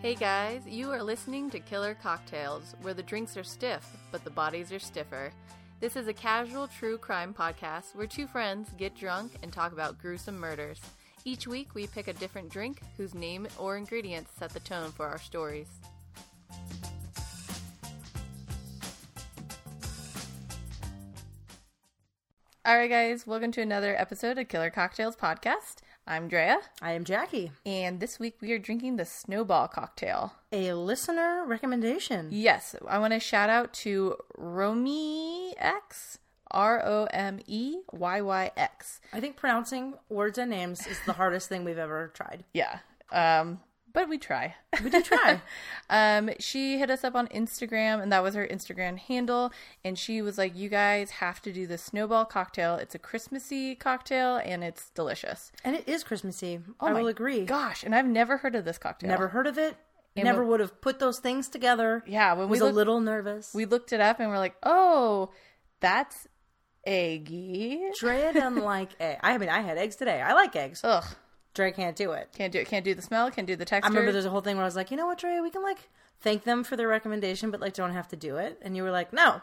Hey guys, you are listening to Killer Cocktails, where the drinks are stiff, but the bodies are stiffer. This is a casual true crime podcast where two friends get drunk and talk about gruesome murders. Each week, we pick a different drink whose name or ingredients set the tone for our stories. All right, guys, welcome to another episode of Killer Cocktails Podcast. I'm Drea, I am Jackie. and this week we are drinking the Snowball Cocktail. A listener recommendation. Yes, I want to shout out to Romy X, R O M E Y Y X. I think pronouncing words and names is the hardest thing we've ever tried. Yeah. Um, but we try. We did try. um, she hit us up on Instagram, and that was her Instagram handle. And she was like, "You guys have to do the snowball cocktail. It's a Christmassy cocktail, and it's delicious." and it is Christmassy. Oh I will agree. Gosh, and I've never heard of this cocktail. Never heard of it. Never would have put those things together. Yeah, when we was looked, a little nervous. we looked it up, and we're like, "Oh, that's eggy." Drea doesn't like egg. I mean, I had eggs today. I like eggs. Ugh. Drea can't do it. Can't do it. Can't do the smell. Can't do the texture. I remember there's a whole thing where I was like, you know what, Drea, we can like thank them for their recommendation, but like don't have to do it. And you were like, no,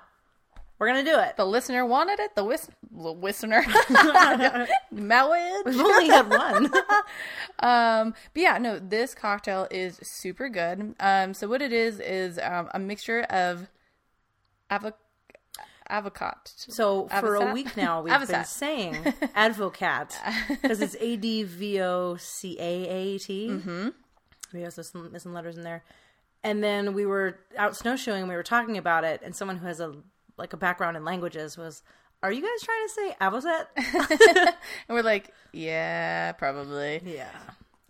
we're gonna do it. the listener wanted it. The whis- the listener, Mowage. We've only had one. Um, but yeah, no, this cocktail is super good. Um, so what it is is um, a mixture of avo- avocado. So for a Avocet? week now, we've been Avocet. saying advocat because it's A D V O C A A T. Mm-hmm. We also some missing letters in there. And then we were out snowshoeing. We were talking about it, and someone who has a like a background in languages was, "Are you guys trying to say avocet?" And we're like, yeah, probably. yeah.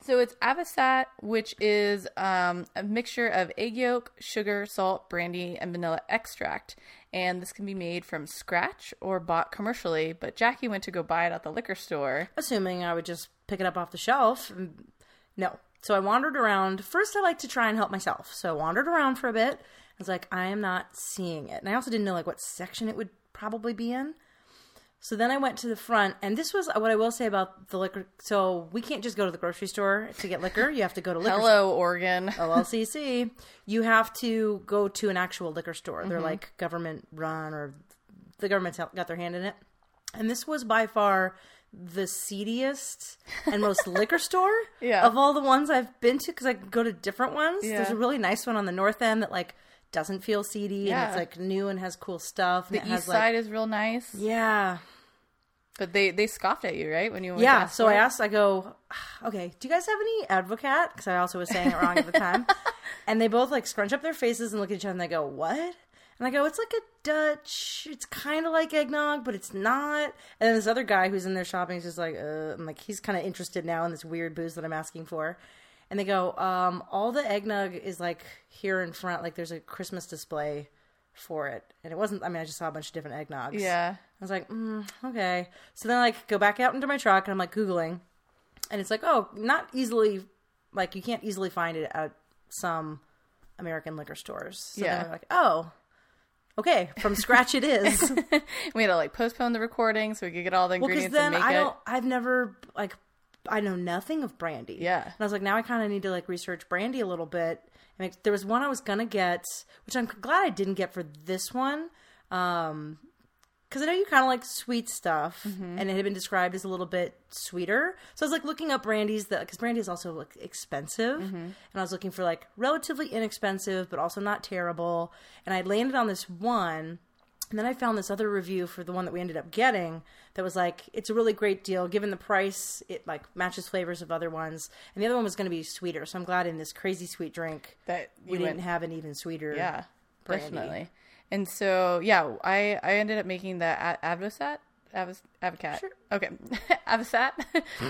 So it's avocet, which is um, a mixture of egg yolk, sugar, salt, brandy, and vanilla extract. And this can be made from scratch or bought commercially. But Jackie went to go buy it at the liquor store. Assuming I would just pick it up off the shelf. and- No. So I wandered around. First, I like to try and help myself. So I wandered around for a bit. I was like, I am not seeing it. And I also didn't know like what section it would probably be in. So then I went to the front, and this was uh, what I will say about the liquor. So we can't just go to the grocery store to get liquor. You have to go to liquor Hello, Oregon. LLCC. You have to go to an actual liquor store. Mm-hmm. They're like government run, or the government's got their hand in it. And this was by far the seediest and most liquor store Yeah. of all the ones I've been to because I can go to different ones. There's Yeah. a really nice one on the north end that like doesn't feel seedy and Yeah. it's like new and has cool stuff. And The it has, east like- side is real nice. yeah. But they they scoffed at you, right? When you went Yeah, To so I asked, I go, "Ah, okay, do you guys have any advocate? Because I also was saying it wrong at the time. and they both like scrunch up their faces and look at each other and they go, what? And I go, it's like a Dutch. It's kind of like eggnog, but it's not. And then this other guy who's in there shopping is just like, uh, I'm like, he's kind of interested now in this weird booze that I'm asking for. And they go, um, all the eggnog is like here in front. Like there's a Christmas display for it. And it wasn't, I mean, I just saw a bunch of different eggnogs. yeah, I was like, mm, okay. So then, like, go back out into my truck, and I'm like googling, and it's like, oh, not easily, like you can't easily find it at some American liquor stores. So Yeah. then I'm like, oh, okay, from scratch it is. well, we had to like postpone the recording so we could get all the because ingredients then and make I it. don't, I've never like, I know nothing of brandy. Yeah. and I was like, now I kind of need to like research brandy a little bit. And like, there was one I was gonna get, which I'm glad I didn't get for this one. um because I know you kind of like sweet stuff, Mm-hmm. and it had been described as a little bit sweeter. So I was like looking up brandies that because brandy is also like expensive, Mm-hmm. and I was looking for like relatively inexpensive but also not terrible. And I landed on this one, and then I found this other review for the one that we ended up getting that was like it's a really great deal given the price. It like matches flavors of other ones, and the other one was going to be sweeter. So I'm glad in this crazy sweet drink That you we went- didn't have an even sweeter. yeah, brandy. definitely. And so yeah, I I ended up making the a- avocet. Avos- Avocat. Okay. Avocet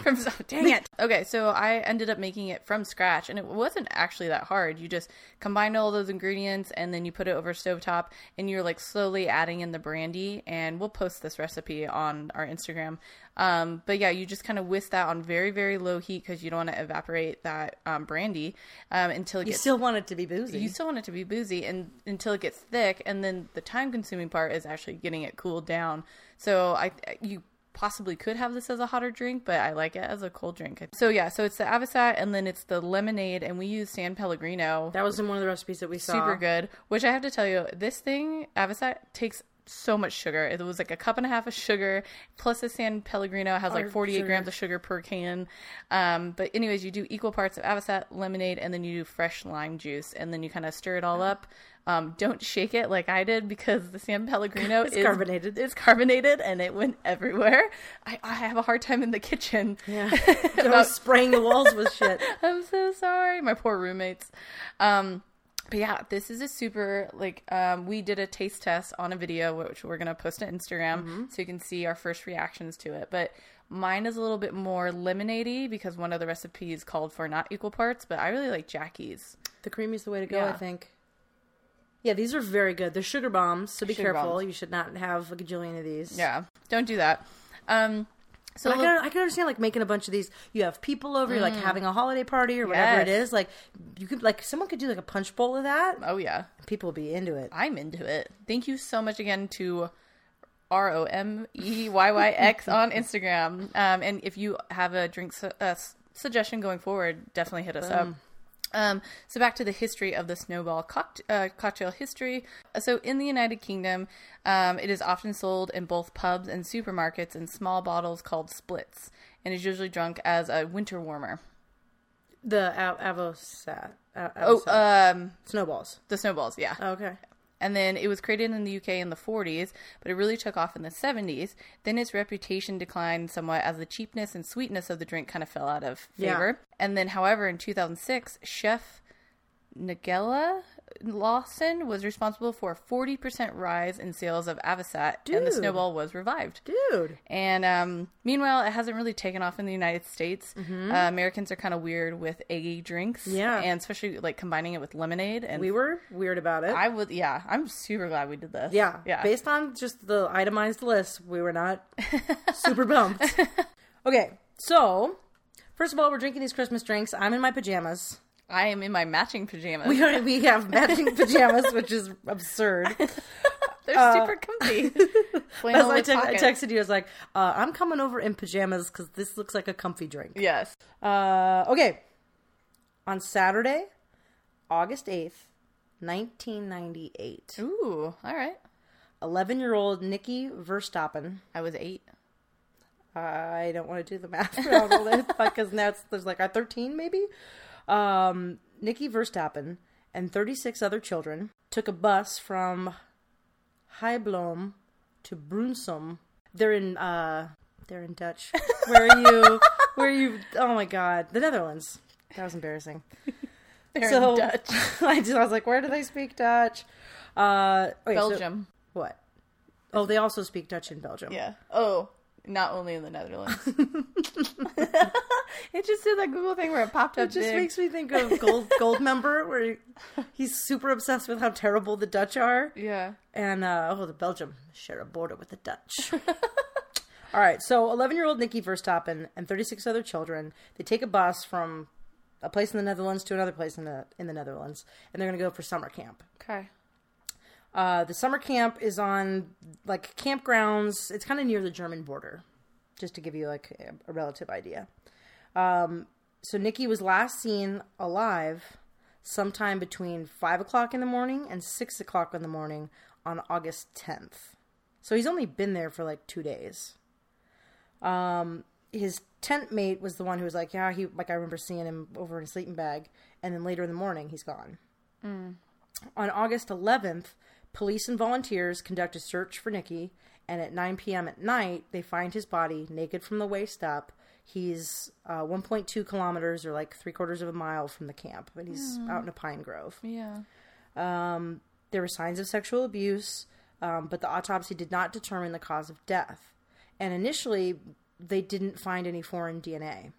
from oh, dang it. Okay, so I ended up making it from scratch and it wasn't actually that hard. You just combine all those ingredients and then you put it over stovetop and you're like slowly adding in the brandy and we'll post this recipe on our Instagram. Um, but yeah, you just kind of whisk that on very, very low heat because you don't want to evaporate that um, brandy um, until it You gets still want it to be boozy. you still want it to be boozy and until it gets thick and then the time consuming part is actually getting it cooled down so i you possibly could have this as a hotter drink, but I like it as a cold drink. So yeah, so it's the avocet and then it's the lemonade, and we use San Pellegrino. That was in one of the recipes that we saw. super good. Which I have to tell you, this thing avocet takes so much sugar. It was like a cup and a half of sugar plus a San Pellegrino has Oh, like 48 sugar. grams of sugar per can. Um, but anyways, you do equal parts of avocet, lemonade, and then you do fresh lime juice, and then you kind of stir it all up. Um, don't shake it like I did because the San Pellegrino It's is carbonated. It's carbonated and it went everywhere. I, I have a hard time in the kitchen. Yeah, I was spraying the walls with shit. I'm so sorry, my poor roommates. Um, but yeah, this is a super like um, we did a taste test on a video which we're gonna post to Instagram Mm-hmm. so you can see our first reactions to it. But mine is a little bit more lemonadey because one of the recipes called for not equal parts. But I really like Jackie's. The creamy's the way to go, I Yeah. think. Yeah, these are very good. They're sugar bombs, so be Sugar careful. bombs. You should not have a gajillion of these. Yeah, don't do that. Um, so But I look- can, I can understand like making a bunch of these. You have people over, you're like having a holiday party or whatever it Yes. is. Like you could like someone could do like a punch bowl of that. oh yeah, People would be into it. I'm into it. Thank you so much again to R O M E Y Y X on Instagram. Um, and if you have a drink su- uh, s- suggestion going forward, definitely hit us up. Um, so back to the history of the snowball coct- uh, cocktail history. So in the United Kingdom, um, it is often sold in both pubs and supermarkets in small bottles called splits, and is usually drunk as a winter warmer. The av- avosat. av- Oh, avosat. um, uh, snowballs. the snowballs, yeah. Okay. And then it was created in the UK in the 40s, but it really took off in the 70s. Then its reputation declined somewhat as the cheapness and sweetness of the drink kind of fell out of Yeah. favor. And then, however, in 2006, Chef Nigella Lawson was responsible for a 40% rise in sales of Avasat, and the Dude. snowball was revived. Dude. And um, meanwhile, it hasn't really taken off in the United States. Uh, Americans are kind of weird with eggy drinks, Mm-hmm. Yeah. and especially like combining it with lemonade. And We were weird about it. I would, yeah. I'm super glad we did this. Yeah. yeah. Based on just the itemized list, we were not super pumped. Okay. So, first of all, we're drinking these Christmas drinks. I'm in my pajamas. I am in my matching pajamas. We, are, we have matching pajamas, which is absurd. They're super comfy. Flannel As I, with te- I pockets. texted you, I was like, uh, I'm coming over in pajamas because this looks like a comfy drink. Yes. Uh, okay. On Saturday, August 8th, 1998, Ooh. All right. 11 year old Nikki Verstappen. I was eight. I don't want to do the math around all this because now it's, there's like a 13 maybe. Um, Nikki Verstappen and 36 other children took a bus from Heilbronn to Brunsum. They're in uh, they're in Dutch. Where are you? Where are you? Oh my God, the Netherlands. That was embarrassing. They're so in Dutch. I just I was like, where do they speak Dutch? Uh, okay, so- Belgium. what? Oh, they also speak Dutch in Belgium. yeah. Oh, not only in the Netherlands. it just did that Google thing where it popped up. It just big. makes me think of Gold Gold Member, where he- he's super obsessed with how terrible the Dutch are, Yeah. and uh, oh, the Belgium share a border with the Dutch. All right, so 11-year-old Nikki Verstappen and 36 other children, they take a bus from a place in the Netherlands to another place in the in the Netherlands, and they're going to go for summer camp. Okay. Uh, the summer camp is on like campgrounds. It's kind of near the German border, just to give you like a, a relative idea. Um, so Nikki was last seen alive sometime between five o'clock in the morning and six o'clock in the morning on August tenth. So he's only been there for like two days. Um, his tent mate was the one who was like, "Yeah, he like I remember seeing him over in a sleeping bag," and then later in the morning he's gone. On August 11th, police and volunteers conduct a search for Nikki, and at 9 p.m. at night, they find his body naked from the waist up. He's uh, 1.2 kilometers or like three quarters of a mile from the camp, and he's out in a pine grove. Yeah. There were signs of sexual abuse, um, but the autopsy did not determine the cause of death. And initially, they didn't find any foreign DNA.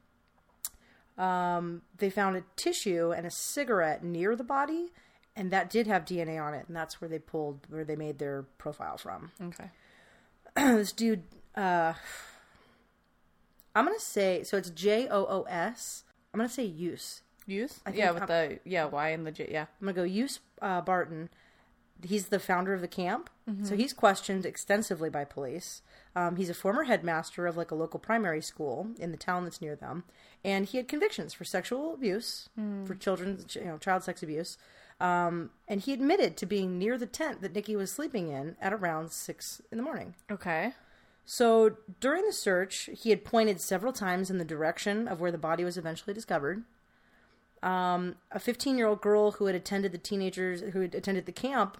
Um, they found a tissue and a cigarette near the body, and that did have DNA on it, and that's where they pulled, where they made their profile from. Okay. this dude, uh, I'm gonna say, so it's J O O S. I'm gonna say use. Use. yeah, think with the yeah Y and the J. Yeah. I'm gonna go use uh, Barton. he's the founder of the camp, so he's questioned extensively by police. Um, he's a former headmaster of like a local primary school in the town that's near them, and he had convictions for sexual abuse, for children, you know, child sex abuse. Um, and he admitted to being near the tent that Nikki was sleeping in at around six in the morning. Okay. So during the search, he had pointed several times in the direction of where the body was eventually discovered. Um, a 15-year-old girl who had attended the teenagers who had attended the camp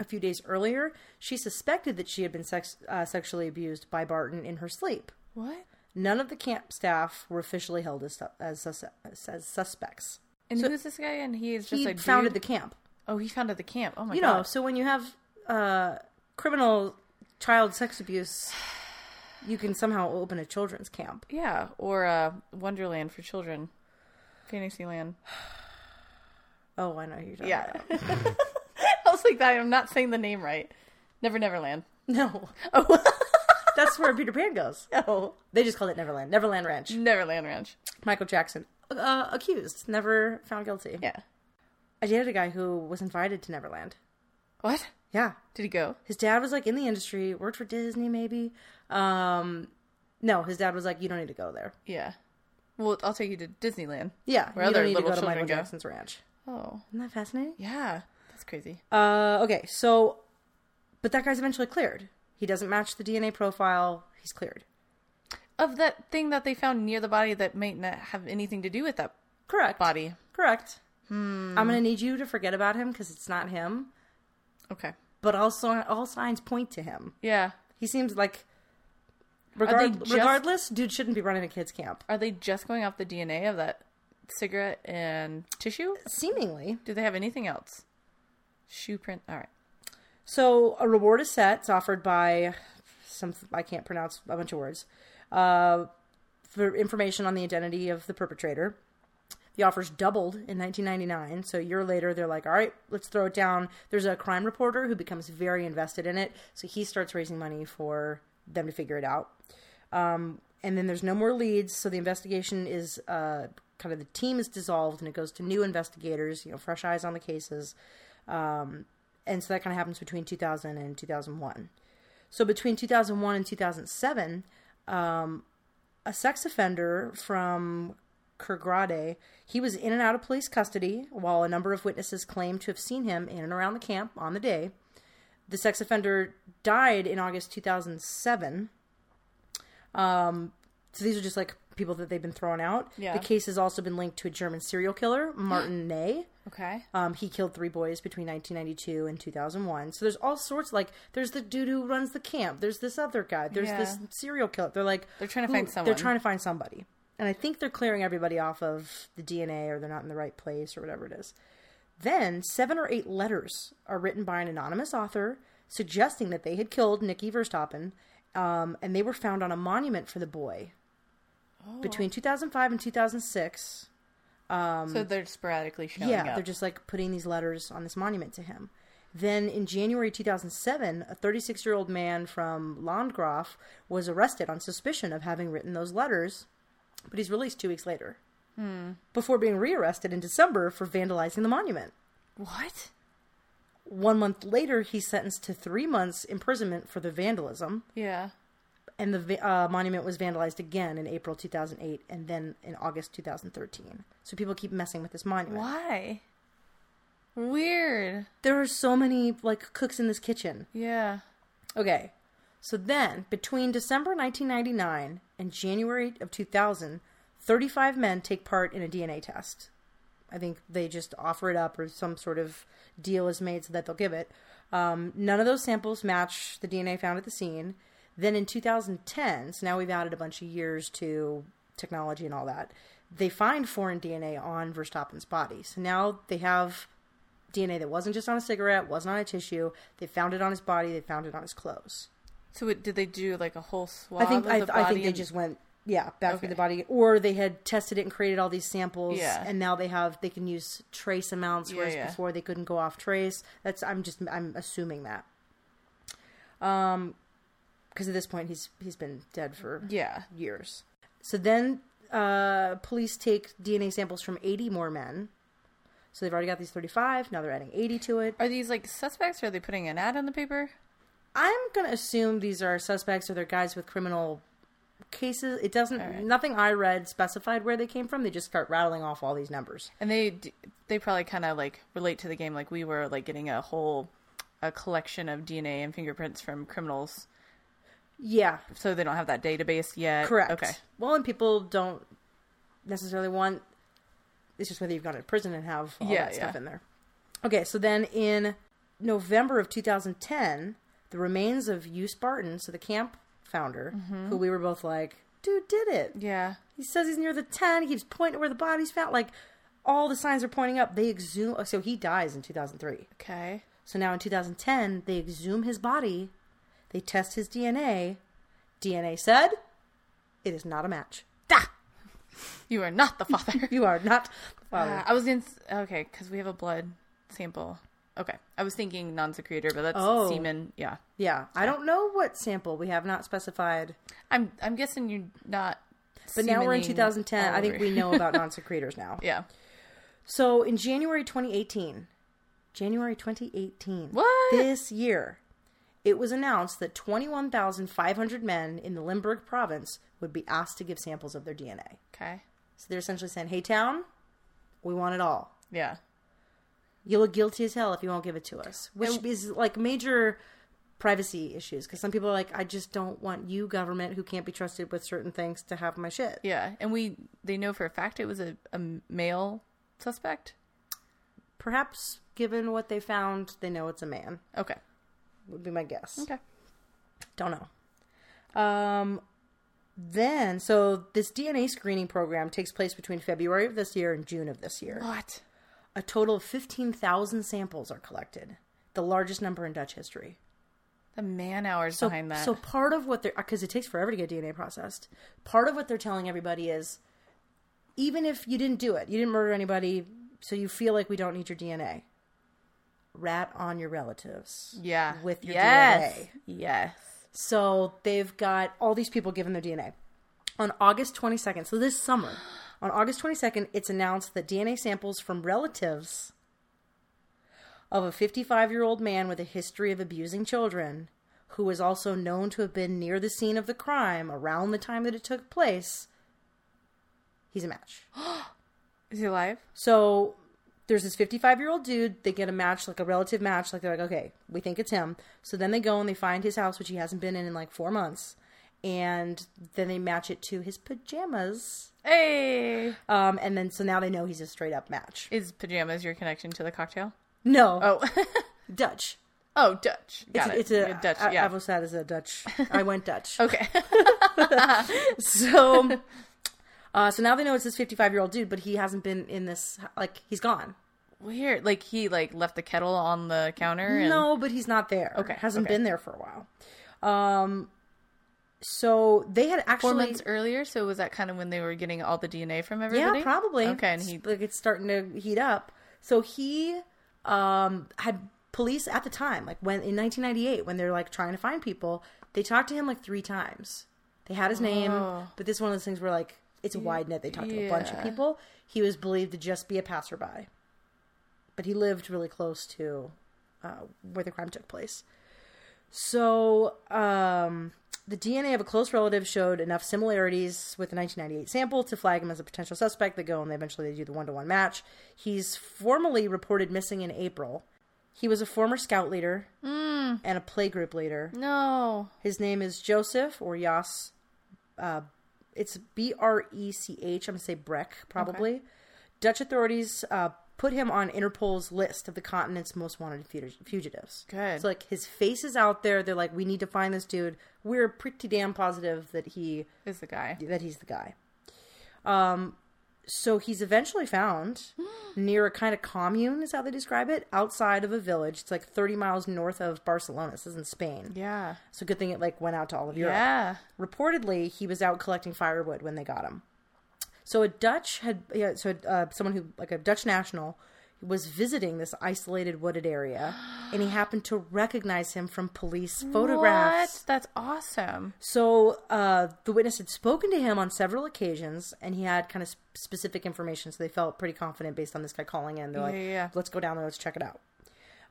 a few days earlier, she suspected that she had been sex, uh, sexually abused by Barton in her sleep. What? None of the camp staff were officially held as as, sus- as suspects. And who's this guy? And he is just He like founded the camp. Oh, he founded the camp. Oh my you god. know so when you have uh, criminal child sex abuse you can somehow open a children's camp Yeah, or uh, Wonderland for children, Fantasyland. oh i know who you're talking Yeah. I was like that. I'm not saying the name right. Never Neverland. no Oh that's where peter pan goes no, they just called it neverland neverland ranch Neverland Ranch. michael jackson uh, accused never found guilty Yeah. i dated a guy who was invited to neverland What? yeah Did he go? his dad was like in the industry worked for disney maybe um no his dad was like you don't need to go there Yeah. Well, I'll take you to Disneyland. yeah Where you other don't need to little go to children michael go. jackson's ranch Oh, isn't that fascinating yeah. That's crazy. Uh, okay, so, but that guy's eventually cleared. He doesn't match the DNA profile. He's cleared. Of that thing that they found near the body that might not have anything to do with that Correct. body. Hmm. Correct. I'm gonna need you to forget about him because it's not him. Okay. But also, all signs point to him. Yeah. He seems like, they regard- just- regardless, dude shouldn't be running a kids camp. Are they just going off the DNA of that cigarette and tissue? Seemingly. Do they have anything else? Shoe print. All right. So a reward is set. It's offered by some I can't pronounce a bunch of words uh, for information on the identity of the perpetrator. The offer's doubled in 1999. So a year later, they're like, "All right, let's throw it down." There's a crime reporter who becomes very invested in it, so he starts raising money for them to figure it out. Um, and then there's no more leads, so the investigation is uh, kind of the team is dissolved, and it goes to new investigators, you know, fresh eyes on the cases and so that kind of happens between 2000 and 2001. So between 2001 and 2007, um, a sex offender from Kergrade, he was in and out of police custody while a number of witnesses claimed to have seen him in and around the camp on the day. The sex offender died in August 2007. Um, so these are just like people that they've been thrown out. Yeah. The case has also been linked to a German serial killer, Martin Ney. Okay. Um, he killed three boys between 1992 and 2001. So there's all sorts. Like there's the dude who runs the camp. There's this other guy. There's Yeah. this serial killer. They're like They're trying to who- find someone. They're trying to find somebody. And I think they're clearing everybody off of the DNA, or they're not in the right place, or whatever it is. Then seven or eight letters are written by an anonymous author suggesting that they had killed Nikki Verstappen, um, and they were found on a monument for the boy. Oh. Between 2005 and 2006, so they're sporadically showing yeah, up. they're just like putting these letters on this monument to him. Then in January 2007, a 36 year old man from Landgraf was arrested on suspicion of having written those letters, but he's released two weeks later before being rearrested in December for vandalizing the monument. what? One month later, he's sentenced to three months imprisonment for the vandalism, Yeah. and the va- uh, monument was vandalized again in April 2008 and then in August 2013. So people keep messing with this monument. Why? Weird. There are so many like cooks in this kitchen. Yeah. Okay. So then, between December 1999 and January of 2000, 35 men take part in a DNA test. I think they just offer it up or some sort of deal is made so that they'll give it. Um, none of those samples match the DNA found at the scene. Then in 2010, so now we've added a bunch of years to technology and all that, they find foreign DNA on Verstappen's body. So now they have DNA that wasn't just on a cigarette, wasn't on a tissue. They found it on his body. They found it on his clothes. So it, did they do like a whole swab? I think Of I, the I body think they and- just went yeah back through the Okay. body, or they had tested it and created all these samples, Yeah. and now they have they can use trace amounts, Yeah, whereas yeah. before they couldn't go off trace. That's I'm just I'm assuming that. Um, because at this point he's he's been dead for Yeah. years. So then uh, police take DNA samples from 80 more men. So they've already got these 35. Now they're adding 80 to it. Are these like suspects? Or are they putting an ad on the paper? I'm gonna assume these are suspects or they're guys with criminal cases. It doesn't. Nothing I read specified where they came from. They just start rattling off all these numbers. And they d- they probably kind of like relate to the game like we were like getting a whole a collection of DNA and fingerprints from criminals, Yeah, so they don't have that database yet. correct. Okay. Well, and people don't necessarily want. It's just whether you've gone to prison and have all Yeah, that stuff yeah. in there. Okay, so then in November of 2010, the remains of Hugh Spartan, so the camp founder, who we were both like, dude did it. Yeah. He says he's near the 10. He keeps pointing where the body's found. Like, all the signs are pointing up. They exhume. oh, So he dies in 2003. Okay. So now in 2010, they exhume his body. They test his DNA. DNA said, it is not a match. Da! You are not the father. You are not the father. Uh, I was in. Okay, because we have a blood sample. Okay. I was thinking non secretor, but that's Oh. semen. Yeah. yeah. I don't know what sample. We have not specified. I'm I'm guessing you're not. But now we're in semening 2010. all I think over. we know about non secretors now. Yeah. So in January 2018, January 2018, What? this year, it was announced that 21,500 men in the Limburg province would be asked to give samples of their DNA. Okay. So they're essentially saying, "Hey, town, we want it all. Yeah. You look guilty as hell if you won't give it to us," which is like major privacy issues because some people are like, "I just don't want you, government, who can't be trusted with certain things, to have my shit." Yeah. And we they know for a fact it was a, a male suspect. Perhaps, given what they found, they know it's a man. Okay. Would be my guess. Okay. Don't know. Um, then, so this DNA screening program takes place between February of this year and June of this year. What? A total of 15,000 samples are collected, the largest number in Dutch history. The man hours So, behind that. so part of what they're, because it takes forever to get DNA processed, part of what they're telling everybody is even if you didn't do it, you didn't murder anybody, so you feel like we don't need your DNA, rat on your relatives. yeah. With your yes. DNA. Yes. So they've got all these people giving their DNA. On August 22nd, so this summer, on August 22nd, it's announced that DNA samples from relatives of a 55 year old man with a history of abusing children, who was also known to have been near the scene of the crime around the time that it took place, he's a match. Is he alive? So there's this 55 year old dude. They get a match, like a relative match. Like they're like, okay, we think it's him. So then they go and they find his house, which he hasn't been in in like four months. And then they match it to his pajamas. Hey. Um, and then so now they know he's a straight up match. Is pajamas your connection to the cocktail? No, Oh. Dutch. oh, Dutch. It's Got a, it. it's a, Yeah, Dutch. I, yeah. Oh. I've said is a Dutch. I went Dutch. okay. So, uh, so now they know it's this 55 year old dude, but he hasn't been in this. Like he's gone. Weird. Like he like left the kettle on the counter. And... No, but he's not there. Okay, hasn't okay. been there for a while. Um, so they had actually Four months earlier, so was that kind of when they were getting all the DNA from everybody? yeah, probably Okay, and he It's like it's starting to heat up. So he um had police at the time, like when in 1998, when they're like trying to find people, they talked to him like three times. They had his name, Oh. but this is one of those things where like it's a wide net. They talked to a bunch of Yeah. people. He was believed to just be a passerby, but he lived really close to uh, where the crime took place. So um, the DNA of a close relative showed enough similarities with the 1998 sample to flag him as a potential suspect. They go and they eventually they do the one to one match. He's formally reported missing in April. He was a former scout leader and a playgroup leader. no. His name is Joseph or Yas. Uh, it's B R E C H. I'm gonna say Breck probably. Dutch authorities uh, put him on Interpol's list of the continent's most wanted fugit- fugitives. Good. So like his face is out there. They're like, we need to find this dude. We're pretty damn positive that he Is the guy? that he's the guy. Um, so he's eventually found near a kind of commune, is how they describe it, outside of a village. It's like 30 miles north of Barcelona. This is in Spain. Yeah. So good thing it like went out to all of Europe. Yeah. Reportedly, he was out collecting firewood when they got him. So a Dutch had yeah, so uh, someone who like a Dutch national, was visiting this isolated wooded area and he happened to recognize him from police photographs. What? That's awesome. So uh, the witness had spoken to him on several occasions, and he had kind of sp- specific information. So they felt pretty confident based on this guy calling in. They're like, Yeah, yeah, yeah. "Let's go down there. Let's check it out."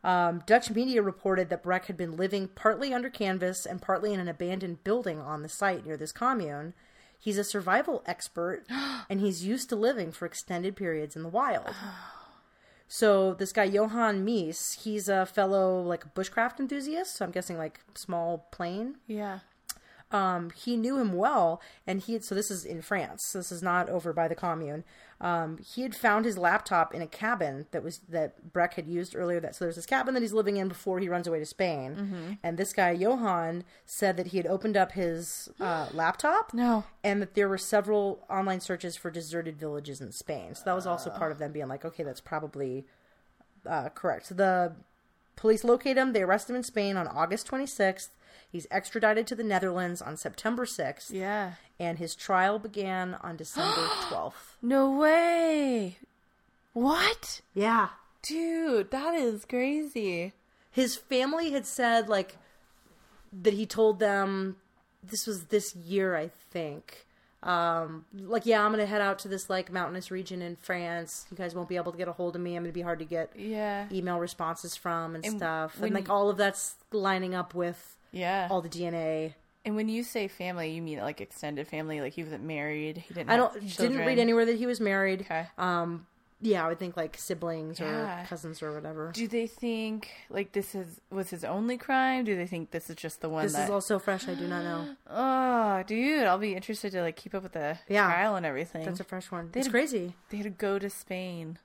Um, Dutch media reported that Breck had been living partly under canvas and partly in an abandoned building on the site near this commune. He's a survival expert, and he's used to living for extended periods in the wild. So this guy Johann Mies, he's a fellow like bushcraft enthusiast. So I'm guessing like small plane Yeah. um, he knew him well, and he had, so this is in France. This is not over by the commune. Um, he had found his laptop in a cabin that was that Breck had used earlier. That so there's this cabin that he's living in before he runs away to Spain. And this guy Johan said that he had opened up his uh, laptop, No. and that there were several online searches for deserted villages in Spain. So that was also part of them being like, okay, that's probably uh, correct. So the police locate him. They arrest him in Spain on August 26th. He's extradited to the Netherlands on September 6th, Yeah. and his trial began on December 12th. No way. What? Yeah. Dude, that is crazy. His family had said, like, that he told them this was this year, I think. Um, like, yeah, I'm gonna head out to this like mountainous region in France. You guys won't be able to get a hold of me. I'm gonna be hard to get Yeah. email responses from and, And stuff. when And like you- all of that's lining up with Yeah. all the DNA. and when you say family, you mean like extended family, like he wasn't married, he didn't I have don't children. didn't read anywhere that he was married. Okay. Um yeah, I would think like siblings Yeah. or cousins or whatever. Do they think like this is was his only crime? Do they think this is just the one This that is all so fresh, I do not know. Oh, dude, I'll be interested to like keep up with the Yeah. trial and everything. That's a fresh one. They it's had- crazy. They had to go to Spain.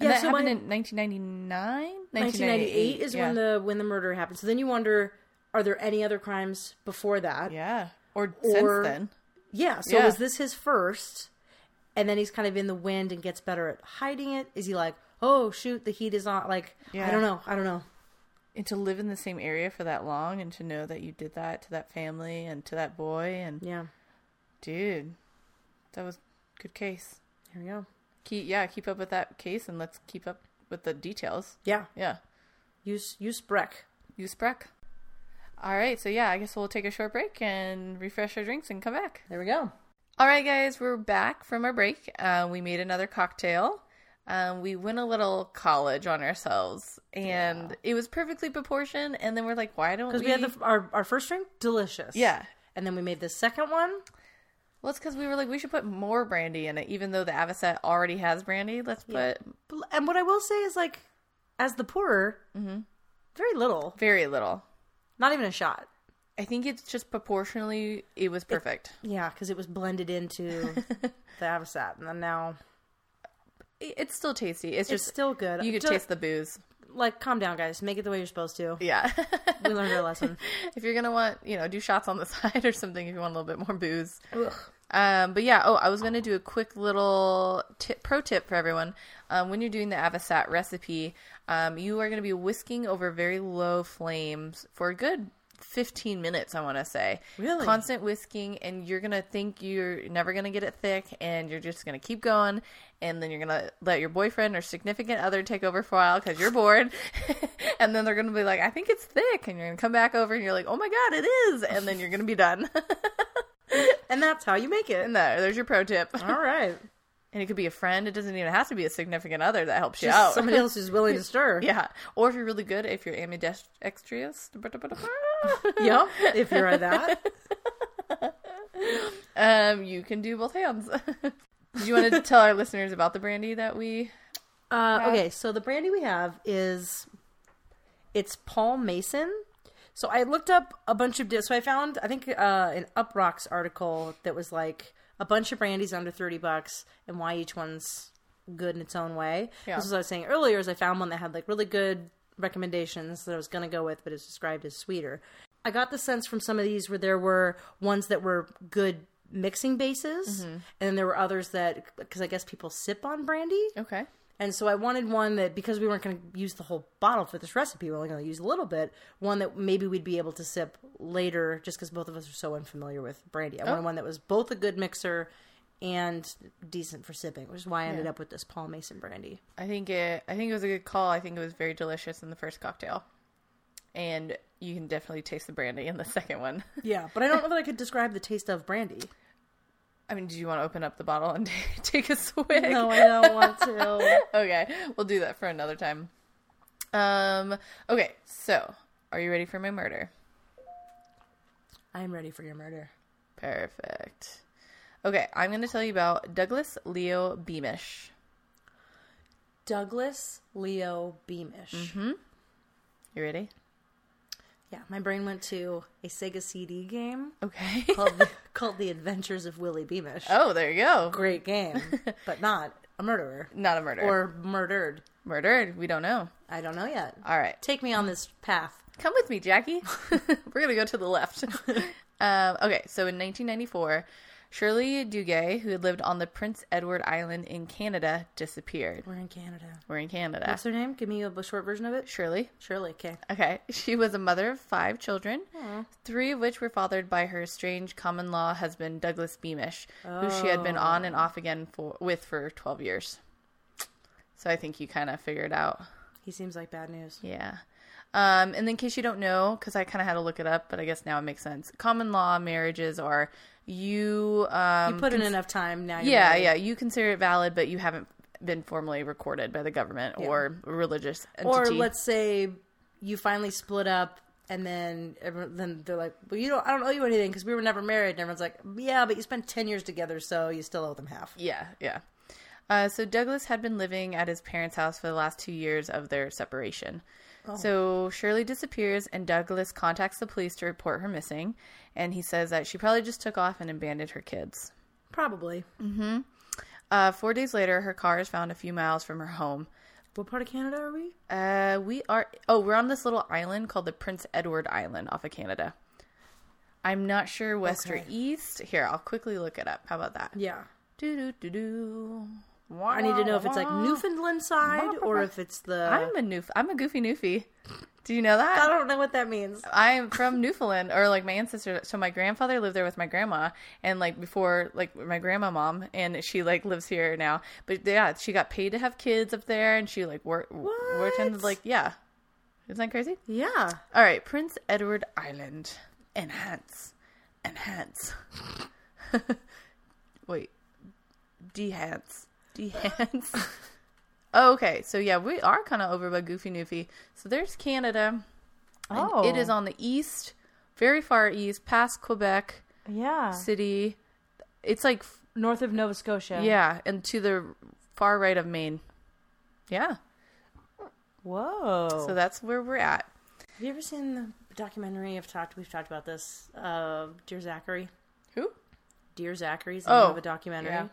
And Yeah, that so happened my- in 1999? 1998 is yeah. when the when the murder happened. So then you wonder are there any other crimes before that? Yeah. Or, since Or- then. Yeah, so Yeah. was this his first? And then he's kind of in the wind and gets better at hiding it. Is he like, "Oh, shoot, the heat is on." Like, Yeah. I don't know. I don't know. And to live in the same area for that long and to know that you did that to that family and to that boy and Yeah. dude, that was good case. Here we go. Keep yeah, keep up with that case and let's keep up with the details. Yeah. Yeah. Use use Breck. You sprek. All right, so yeah, I guess we'll take a short break and refresh our drinks and come back. There we go. All right, guys, we're back from our break. Uh, we made another cocktail. Um, we went a little college on ourselves, and it was perfectly proportioned. And then we're like, why don't we? Because we, had the, our, our first drink, delicious. Yeah. And then we made the second one. well, it's because we were like, we should put more brandy in it, even though the Avocet already has brandy. Let's put Bl- And what I will say is, like, as the pourer, Mm-hmm. very little, very little. not even a shot. I think it's just proportionally, it was perfect. Yeah, because it was blended into the Avocet. And then now It- it's still tasty. It's it's just, still good. you could Don't- taste the booze. Like, calm down, guys. Make it the way you're supposed to. Yeah. We learned our lesson. if you're going to want, you know, do shots on the side or something if you want a little bit more booze. Ugh. Um, but yeah, oh, I was going to do a quick little tip, pro tip for everyone. Um, when you're doing the avocet recipe, um, you are going to be whisking over very low flames for a good 15 minutes, I want to say. Really? Constant whisking, and you're going to think you're never going to get it thick, and you're just going to keep going, and then you're going to let your boyfriend or significant other take over for a while because you're bored. and then they're going to be like, I think it's thick. And you're going to come back over, and you're like, oh my God, it is. And then you're going to be done. And that's how you make it. and there, there's your pro tip. All right. And it could be a friend. It doesn't even have to be a significant other that helps you Just out. somebody else who's willing to stir. yeah. Or if you're really good, if you're ambidextrous. Yep. If you're at that. um, you can do both hands. Did you want to tell our listeners about the brandy that we. Uh, okay, so the brandy we have is it's Paul Mason. So I looked up a bunch of di- so I found I think uh, an Uprocks article that was like a bunch of brandies under thirty bucks and why each one's good in its own way. Yeah. This is what I was saying earlier. Is I found one that had like really good recommendations that I was gonna go with, but it's described as sweeter. I got the sense from some of these where there were ones that were good mixing bases, and then there were others that because I guess people sip on brandy. Okay. And so I wanted one that because we weren't going to use the whole bottle for this recipe, we are only going to use a little bit. One that maybe we'd be able to Oh. sip later, just because both of us are so unfamiliar with brandy. I wanted one that was both a good mixer and decent for sipping, which is why I ended Yeah. up with this Paul Mason brandy. I think it. I think it was a good call. I think it was very delicious in the first cocktail, and you can definitely taste the brandy in the second one. Yeah, but I don't know that I could describe the taste of brandy. I mean, do you want to open up the bottle and take a swig? No, I don't want to. Okay, we'll do that for another time. Um. Okay, so are you ready for my murder? I'm ready for your murder. Perfect. Okay, I'm going to tell you about Douglas Leo Beamish. Douglas Leo Beamish. You ready? Yeah, my brain went to a Sega CD game Okay. called the, called The Adventures of Willie Beamish. oh, there you go. Great game, but not a murderer Not a murder. or murdered. murdered. We don't know. I don't know yet. All right. Take me on this path. Come with me, Jackie. We're going to go to the left. um, okay, so in 1994, Shirley Duguay, who had lived on the Prince Edward Island in Canada, disappeared. We're in Canada. We're in Canada. What's her name? Give me a b- short version of it. Shirley. Shirley. Okay. Okay. She was a mother of five children, three of which were fathered by her strange common law husband, Douglas Beamish, who she had been on and off again for, with for 12 years. So I think you kind of figured out. He seems like bad news. Yeah. Um, and in case you don't know, because I kind of had to look it up, but I guess now it makes sense. Common law marriages are you. Um, you put in enough time now. You're yeah, married. yeah. You consider it valid, but you haven't been formally recorded by the government or a religious Or entity. let's say you finally split up, and then everyone, then they're like, "Well, you don't. I don't owe you anything because we were never married." And everyone's like, "Yeah, but you spent ten years together, so you still owe them half." Yeah, yeah. Uh, so Douglas had been living at his parents' house for the last two years of their separation. Oh. So Shirley disappears, and Douglas contacts the police to report her missing. And he says that she probably just took off and abandoned her kids. Probably. Uh, four days later, her car is found a few miles from her home. What part of Canada are we? Uh, we are oh, we're on this little island called the Prince Edward Island off of Canada. I'm not sure west or Okay. east. Here, I'll quickly look it up. How about that? Yeah. Do do do do. I need to know if it's like Newfoundland side or if it's the. I'm a new. I'm a goofy newfie. Do you know I that? don't know what that means. I'm from Newfoundland, or like my ancestor. So my grandfather lived there with my grandma, and like before, like my grandma mom, and she like lives here now. But yeah, she got paid to have kids up there, and she like worked worked in What? like yeah. Isn't that crazy? Yeah. All right, Prince Edward Island, enhance, enhance. Wait, dehance, dehance. Oh, okay, so yeah, we are kind of over by Goofy Noofy. So there's Canada. and Oh. it is on the east, very far east, past Quebec Yeah. City. It's like f- North of Nova Scotia. yeah, and to the far right of Maine. Yeah, Whoa. so that's where we're at. Have you ever seen the documentary? I've talked. We've talked about this. Uh, Dear Zachary. Who? Dear Zachary's Oh, of a documentary. yeah. Have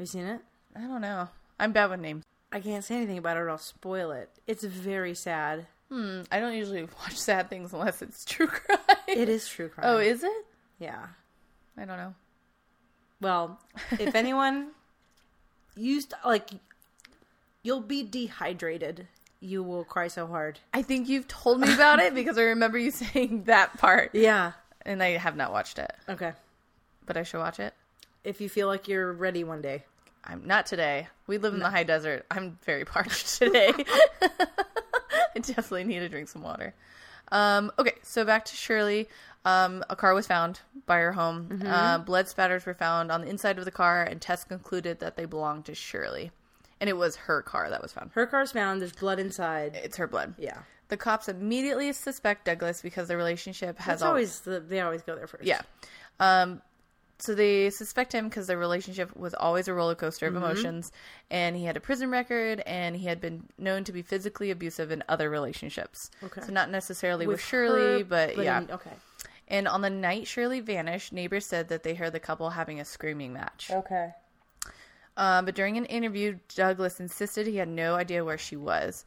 you seen it? I don't know. I'm bad with names. I can't say anything about it or I'll spoil it. It's very sad. I don't usually watch sad things unless it's true crime. It is true crime. oh, is it? yeah. I don't know. Well, if anyone used like you'll be dehydrated. You will cry so hard. I think you've told me about it because I remember you saying that part, Yeah. and I have not watched it, Okay. but I should watch it. If you feel like you're ready one day. I'm not today. We live in the high desert. I'm very parched today. I definitely need to drink some water. Um, okay, so back to Shirley. Um, a car was found by her home. Uh, blood spatters were found on the inside of the car, and tests concluded that they belonged to Shirley, and it was her car that was found. Her car's found, there's blood inside. It's her blood. Yeah. The cops immediately suspect Douglas because the relationship has That's al- always the, they always go there first. yeah. Um, so they suspect him because their relationship was always a roller coaster of Mm-hmm. emotions, and he had a prison record, and he had been known to be physically abusive in other relationships. Okay. So not necessarily with, her, Shirley, but, yeah. in- okay. and on the night Shirley vanished, neighbors said that they heard the couple having a screaming match. Okay. Um, but during an interview, Douglas insisted he had no idea where she was.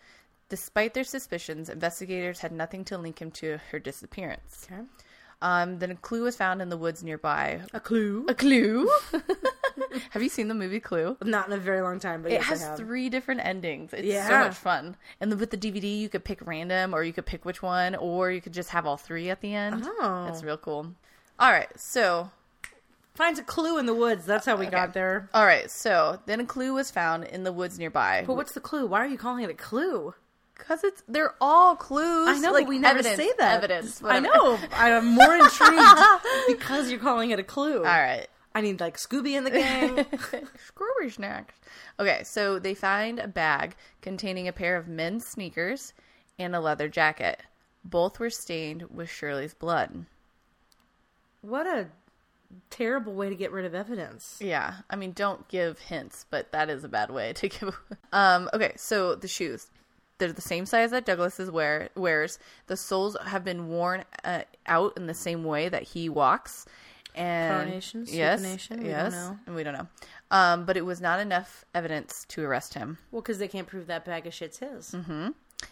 Despite their suspicions, investigators had nothing to link him to her disappearance. Okay. Um, then a clue was found in the woods nearby. A clue. A clue? have you seen the movie Clue? Not in a very long time, but It yes, I has have. three different endings. It's so Yeah. much fun. And the, with the DVD, you could pick random, or you could pick which one, or you could just have all three at the end. Oh. It's real cool. All right, so finds a clue in the woods. That's how we got there. All right, so then a clue was found in the woods nearby. But what's the clue? Why are you calling it a clue? Because it's they're all clues. I know, like, but we never evidence, say that. Evidence. I whatever. know. I'm more intrigued because you're calling it a clue. All right. I need like Scooby and the gang. Strawberry snacks. Okay, so they find a bag containing a pair of men's sneakers and a leather jacket. Both were stained with Shirley's blood. what a terrible way to get rid of evidence. Yeah, I mean, don't give hints, but that is a bad way to give. Um, okay, so the shoes. They're the same size that Douglas is wear, wears. The soles have been worn uh, out in the same way that he walks. And Coronation? yes, Supination? We don't yes, know. and we don't know. Um, but it was not enough evidence to arrest him. Well, because they can't prove that bag of shit's his. Mm-hmm.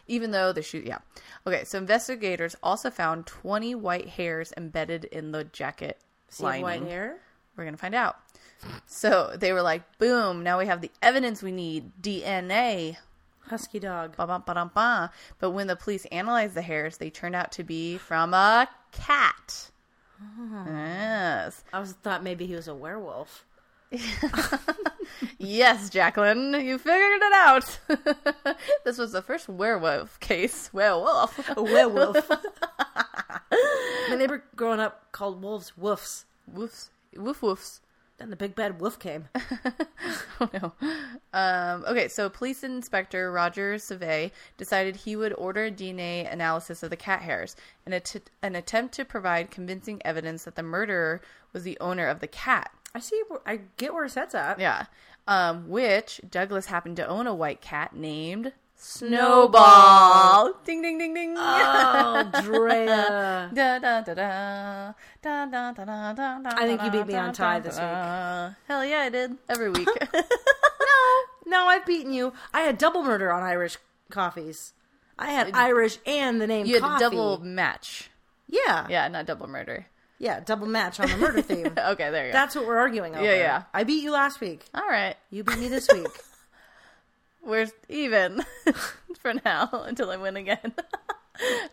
even though the shoe yeah okay so investigators also found 20 white hairs embedded in the jacket See lining white hair. we're gonna find out so they were like boom now we have the evidence we need dna Husky dog. Ba-bum-ba-dum-ba. but when the police analyzed the hairs they turned out to be from a cat yes I was thought maybe he was a werewolf. yes jacqueline you figured it out this was the first werewolf case werewolf A werewolf. My neighbor growing up called wolves woofs. woofs woof woofs Then the big bad wolf came. Oh no. Um, okay, so police inspector Roger Savay decided he would order a DNA analysis of the cat hairs, an, att- an attempt to provide convincing evidence that the murderer was the owner of the cat. I see. where- I get where his head's at. Yeah. Um, which Douglas happened to own a white cat named Snowball. Snowball. Ding, ding, ding, ding. Oh, Drea. Da, da, da, da. Da, da, da, da, da, da, I think you beat me da, on da, tie da, this da. Hell yeah, I did. Every week. no, I've beaten you. I had double murder on Irish coffees. I had Irish and the name. you had a coffee. double match. Yeah, yeah, Yeah, not double murder. double match on the murder theme. Okay, there you That's what we're arguing over. Yeah, yeah. I beat you last week. go. All right. You beat me this week. We're even for now until I win again.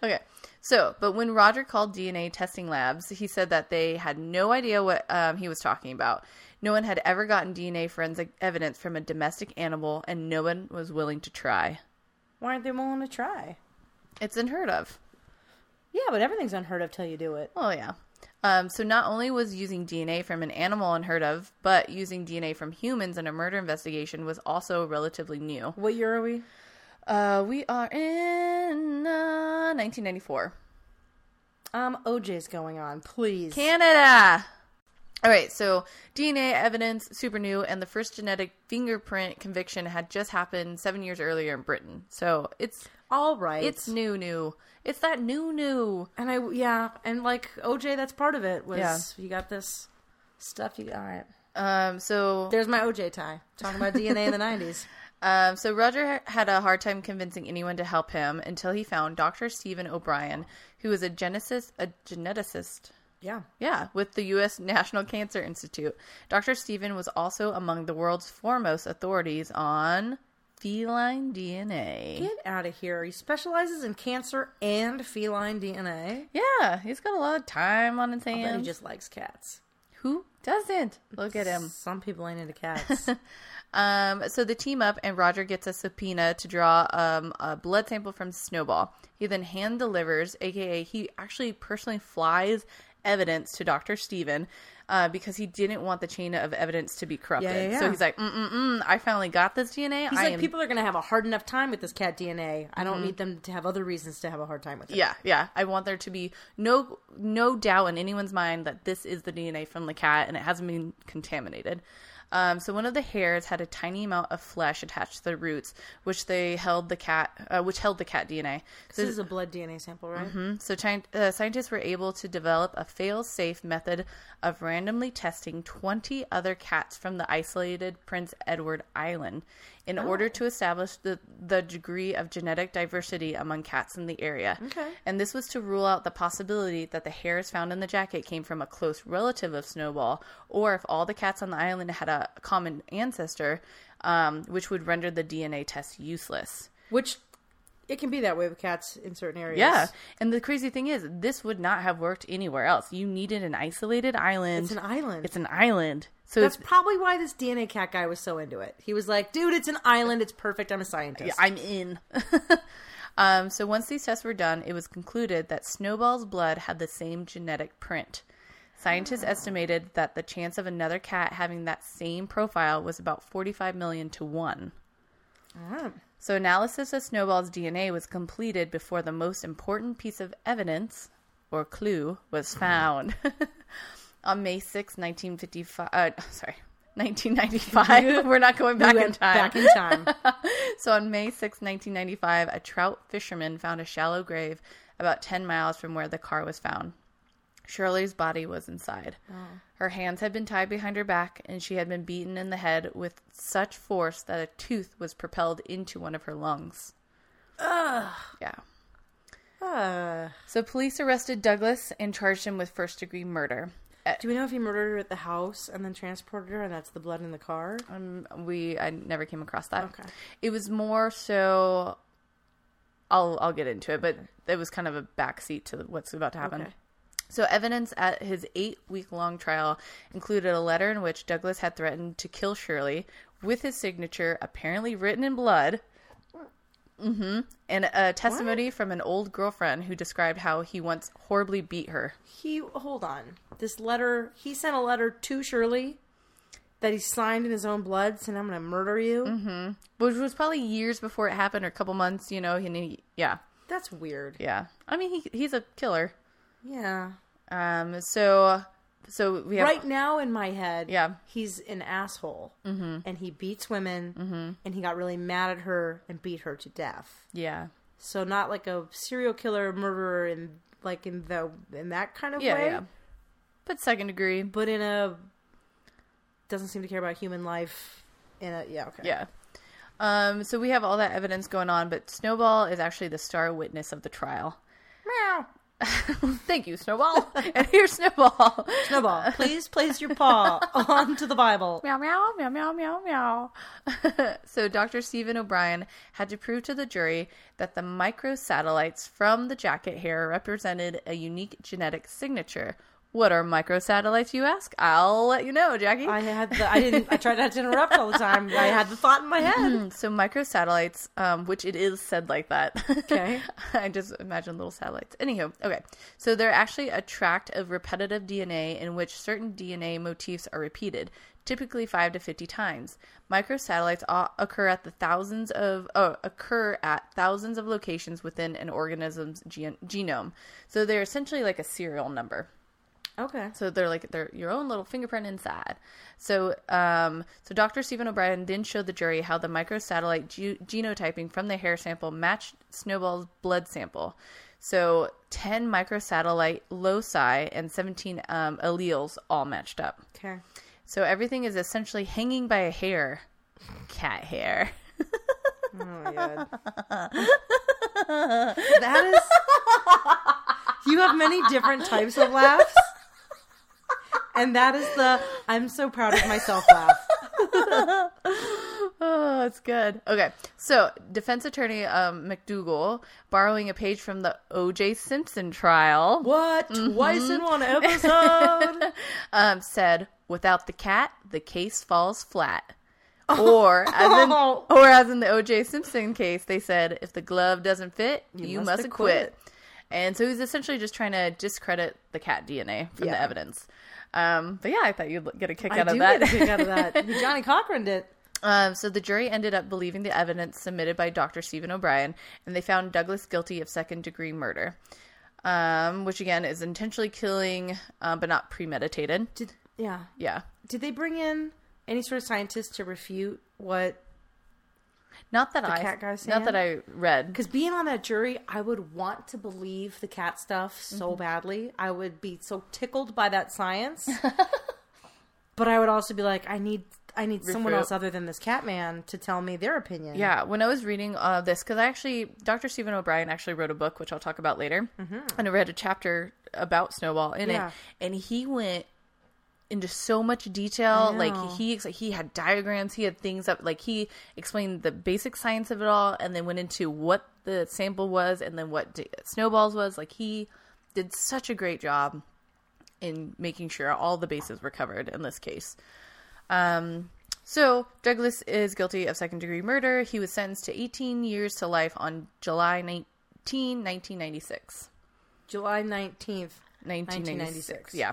okay. So, but when Roger called DNA testing labs, he said that they had no idea what um, he was talking about. No one had ever gotten DNA forensic evidence from a domestic animal, and no one was willing to try. Why aren't they willing to try? It's unheard of. Yeah, but everything's unheard of till you do it. Oh, yeah. Um, so, not only was using DNA from an animal unheard of, but using DNA from humans in a murder investigation was also relatively new. What year are we? Uh, we are in uh, 1994. Um, OJ's going on. Please. Canada! All right, so DNA evidence, super new, and the first genetic fingerprint conviction had just happened seven years earlier in Britain. So it's All right. it's new, new. It's that new, new. and I yeah, and like OJ, that's part of it. Was you got this stuff? You all right? Um, so There's my OJ tie. Talking about DNA in the '90s. Um, so Roger had a hard time convincing anyone to help him until he found Dr. Stephen O'Brien, who was a geneticist, a geneticist. Yeah. Yeah, with the U.S. National Cancer Institute. Dr. Stephen was also among the world's foremost authorities on feline DNA. Get out of here. He specializes in cancer and feline DNA. Yeah, he's got a lot of time on his But he hands. just likes cats. Who doesn't? Look at him. Some people ain't into cats. Um, so they team up, and Roger gets a subpoena to draw um, a blood sample from Snowball. He then hand delivers, aka he actually personally flies evidence to Doctor Steven uh, because he didn't want the chain of evidence to be corrupted. Yeah, yeah, So yeah. he's like, mm mm mm, I finally got this DNA. He's I like, am- people are going to have a hard enough time with this cat DNA. I don't need them to have other reasons to have a hard time with it. Yeah, yeah. I want there to be no no doubt in anyone's mind that this is the DNA from the cat and it hasn't been contaminated. Um, so one of the hairs had a tiny amount of flesh attached to the roots, which they held the cat, uh, which held the cat DNA. This So, is a blood DNA sample, right? so chi- uh, scientists were able to develop a fail-safe method of randomly testing 20 other cats from the isolated Prince Edward Island in order to establish the the degree of genetic diversity among cats in the area. Okay. And this was to rule out the possibility that the hairs found in the jacket came from a close relative of Snowball, or if all the cats on the island had a common ancestor, um, which would render the DNA test useless. Which it can be that way with cats in certain areas. Yeah. And the crazy thing is, this would not have worked anywhere else. You needed an isolated island. It's an island. It's an island. So That's it's, probably why this DNA cat guy was so into it. He was like, dude, it's an island. It's perfect. I'm a scientist. yeah, I'm in. um, so once these tests were done, it was concluded that Snowball's blood had the same genetic print. Hmm. Scientists estimated that the chance of another cat having that same profile was about 45 million to one. Mm. So, analysis of Snowball's DNA was completed before the most important piece of evidence, or clue, was found. On May 6, 1955, uh, sorry, 1995. We're not going We back in went time. Back in time. so, on May 6, 1995, a trout fisherman found a shallow grave about 10 miles from where the car was found. Shirley's body was inside. Her hands had been tied behind her back, and she had been beaten in the head with such force that a tooth was propelled into one of her lungs. Ugh. Yeah. Uh, So police arrested Douglas and charged him with first degree murder. Uh, do we know if he murdered her at the house and then transported her, and that's the blood in the car? Um, we I never came across that. Okay. It was more so. I'll I'll get into it, but it was kind of a backseat to what's about to happen. Okay. So evidence at his eight week long trial included a letter in which Douglas had threatened to kill Shirley with his signature apparently written in blood. hmm And a testimony from an old girlfriend who described how he once horribly beat her. He hold on. This letter he sent a letter to Shirley that he signed in his own blood, saying I'm gonna murder you. Mm-hmm. Which was probably years before it happened or a couple months, you know, and he yeah. That's weird. Yeah. I mean he he's a killer. Yeah. Um, so, so we have Right now in my head, Yeah. he's an asshole, mm-hmm. and he beats women, mm-hmm. and he got really mad at her and beat her to death. yeah, So not like a serial killer murderer in like in the in that kind of yeah, way, yeah. But second degree, but in a doesn't seem to care about human life. In a yeah okay yeah. Um, so we have all that evidence going on, but Snowball is actually the star witness of the trial. Meow. Thank you, Snowball. and here's Snowball. Snowball, please place your paw onto the Bible. meow meow meow meow meow meow. so Dr. Stephen O'Brien had to prove to the jury that the microsatellites from the jacket hair represented a unique genetic signature. What are microsatellites, you ask? I'll let you know, Jackie. I had the I didn't I tried not to interrupt all the time. I had the thought in my head. Mm, So microsatellites, um, which it is said like that. Okay. I just imagine little satellites. Anywho, okay. So they're actually a tract of repetitive DNA in which certain DNA motifs are repeated, typically five to fifty times. Microsatellites o- occur at the thousands of oh, occur at thousands of locations within an organism's gen- genome. So they're essentially like a serial number. Okay. So they're like they're your own little fingerprint inside. So um, so Dr. Stephen O'Brien then showed the jury how the microsatellite ge- genotyping from the hair sample matched Snowball's blood sample. So ten microsatellite loci and seventeen um, alleles all matched up. Okay. So everything is essentially hanging by a hair, cat hair. Oh my god. that is You have many different types of laughs. And that is the I'm so proud of myself laugh. Oh, it's good. Okay, so defense attorney um, McDougal, borrowing a page from the O.J. Simpson trial. What? Twice in one episode. um, said, "Without the cat, the case falls flat." Or as in, Oh. or as in the O.J. Simpson case, they said, "If the glove doesn't fit, you, must must, acquit." And so he's essentially just trying to discredit the cat DNA from Yeah. the evidence. Um, but yeah, I thought you'd get a kick I out do of get that. a kick out of that. Johnny Cochran did. Um, so the jury ended up believing the evidence submitted by Dr. Stephen O'Brien, and they found Douglas guilty of second degree murder, um, which again is intentionally killing, uh, but not premeditated. Did yeah. Yeah. Did they bring in any sort of scientist to refute what Not that I cat guy not that I read. Because being on that jury, I would want to believe the cat stuff so Mm-hmm. badly. I would be so tickled by that science. but I would also be like, I need, I need someone Refute. else other than this cat man to tell me their opinion. Yeah, when I was reading uh, this, because I actually, Dr. Stephen O'Brien actually wrote a book, which I'll talk about later, and I read a chapter about Snowball in Mm-hmm. Yeah. it, and he went into so much detail. I Like know. he ex- he had diagrams, he had things up. Like he explained the basic science of it all, and then went into what the sample was, and then what d- snowballs was. Like he did such a great job in making sure all the bases were covered in this case. Um, so Douglas is guilty of second degree murder. He was sentenced to 18 years to life on July 19, 1996. July 19th. 1996. 1996. Yeah.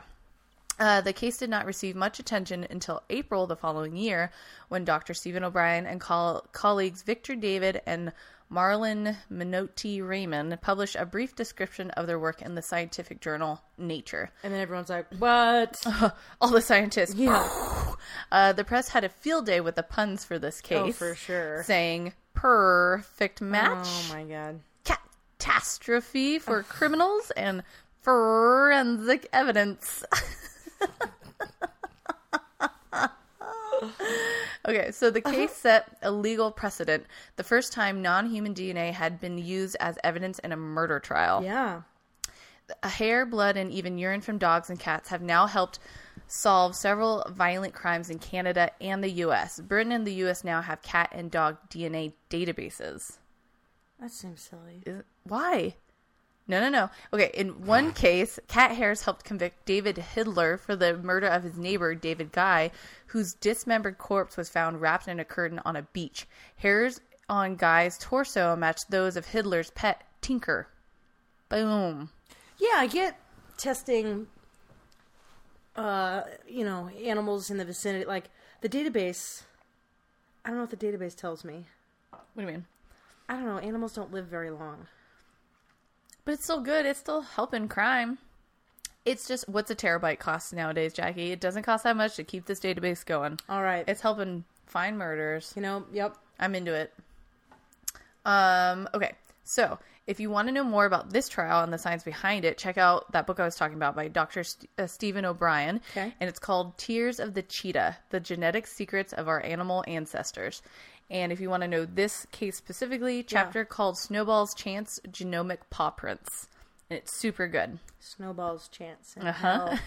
Uh, the case did not receive much attention until April the following year when Dr. Stephen O'Brien and col- colleagues Victor David and Marlon Minotti Raymond published a brief description of their work in the scientific journal Nature. And then everyone's like, what? All the scientists. Yeah. Uh, the press had a field day with the puns for this case. Oh, for sure. Saying perfect match Oh my god. catastrophe for criminals and forensic evidence. okay, so the case set a legal precedent. The first time non human DNA had been used as evidence in a murder trial. Yeah. A hair, blood, and even urine from dogs and cats have now helped solve several violent crimes in Canada and the US. Britain and the US now have cat and dog DNA databases. That seems silly. Is- why? No, no, no. Okay, in one case, cat hairs helped convict David Hidler for the murder of his neighbor, David Guy, whose dismembered corpse was found wrapped in a curtain on a beach. Hairs on Guy's torso matched those of Hidler's pet, Tinker. Boom. Yeah, I get testing uh, you know, animals in the vicinity like the database I don't know what the database tells me. What do you mean? I don't know, animals don't live very long. But it's still good. It's still helping crime. It's just what's a terabyte cost nowadays, Jackie? It doesn't cost that much to keep this database going. All right. It's helping find murders. you know, yep. I'm into it. Um, okay. So, if you want to know more about this trial and the science behind it, check out that book I was talking about by Dr. St- uh, Stephen O'Brien. Okay. And it's called Tears of the Cheetah The Genetic Secrets of Our Animal Ancestors. And if you want to know this case specifically, chapter called Snowball's Chance Genomic Paw Prints. And it's super good. Snowball's chance. Uh huh.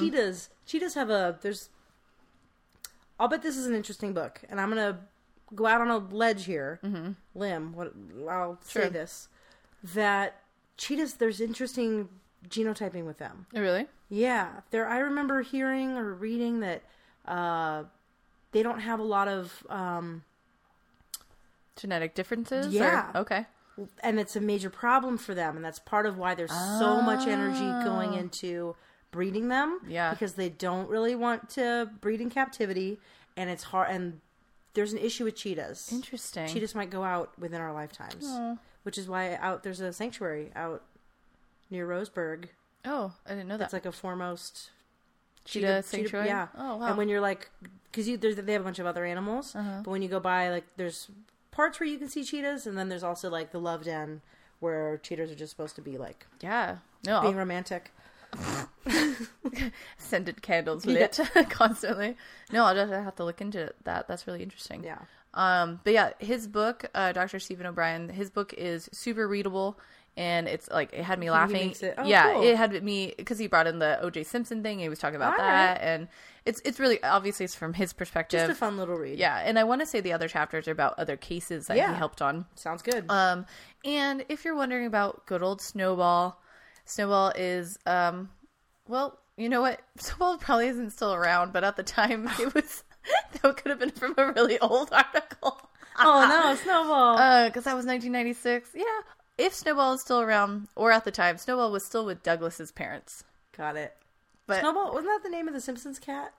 cheetahs. Cheetahs have a. There's. I'll bet this is an interesting book, and I'm gonna go out on a ledge here, limb. What I'll Sure. say this that cheetahs. There's interesting genotyping with them. Really? Yeah, there. I remember hearing or reading that uh, they don't have a lot of, um, Genetic differences? or- Yeah. okay. and it's a major problem for them, and that's part of why there's so much energy going into breeding them. Ah. Yeah. because they don't really want to breed in captivity, and it's hard. And there's an issue with cheetahs. Interesting. Oh. Cheetahs might go out within our lifetimes, which is why out there's a sanctuary out near Roseburg. Oh, I didn't know that. It's like a foremost Cheetah sanctuary? yeah. Oh, wow. Uh-huh. And when you're like, because you there's, they have a bunch of other animals, but when you go by, like there's parts where you can see cheetahs, and then there's also like the love den where cheetahs are just supposed to be like yeah. No, I'll being romantic. scented candles lit constantly. No, I'll just I'll have to look into that. That's really interesting. Yeah. Um, but yeah, his book, uh, Dr. Stephen O'Brien, his book is super readable. And it's like it had me laughing. makes it- oh, yeah, cool. it had me because he brought in the O.J. Simpson thing. And he was talking about All that, and it's it's really obviously it's from his perspective. Just a fun little read. yeah, and I want to say the other chapters are about other cases that Yeah. he helped on. Sounds good. Um, and if you're wondering about good old Snowball, Snowball is, um, well, you know what? Snowball probably isn't still around, but at the time it was, that could have been from a really old article. oh no, snowball. Uh, cause that was 1996. Yeah. If Snowball is still around, or at the time, Snowball was still with Douglas's parents. Got it. But Snowball wasn't that the name of the Simpsons cat?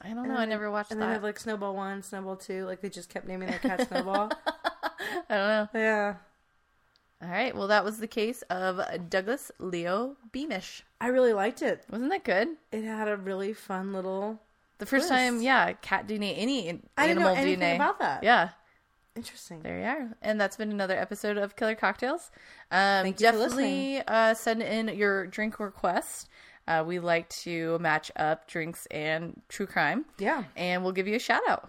I don't know. I never watched And then they that. have like Snowball One, Snowball Two. Like they just kept naming their cat Snowball. I don't know. Yeah. All right. Well, that was the case of Douglas Leo Beamish. I really liked it. Wasn't that good? It had a really fun little The first Twist. time, yeah, cat DNA, any in- I didn't know animal anything DNA. about that. Yeah, interesting. there you are. And that's been another episode of Killer Cocktails. Um, Thank you for definitely uh, send in your drink request. Uh, we like to match up drinks and true crime. Yeah. And we'll give you a shout out.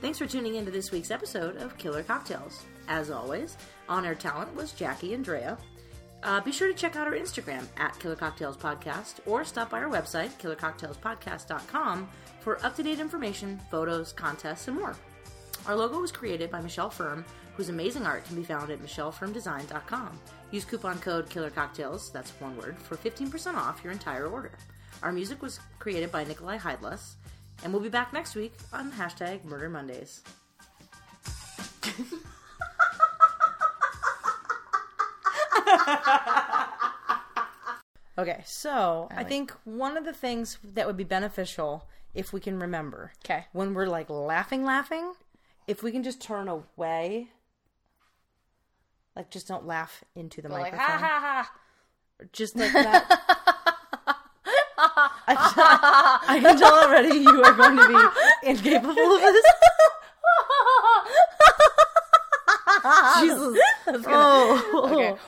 Thanks for tuning in to this week's episode of Killer Cocktails. As always, on air talent was Jackie and Drea. Uh, be sure to check out our Instagram at Killer Cocktails Podcast or stop by our website, killercocktailspodcast.com, for up to date information, photos, contests, and more. Our logo was created by Michelle Firm, whose amazing art can be found at michellefirmdesign.com. Use coupon code KillerCocktails, that's one word, for 15% off your entire order. Our music was created by Nikolai Heidless, and we'll be back next week on hashtag Murder Mondays. Okay, so I, like- think one of the things that would be beneficial if we can remember, 'Kay. when we're like laughing, laughing, if we can just turn away, like just don't laugh into the Like, microphone, ha ha just like that. I, can- I can tell already you are going to be incapable of this. ha. Jesus. That's good. Oh. Okay.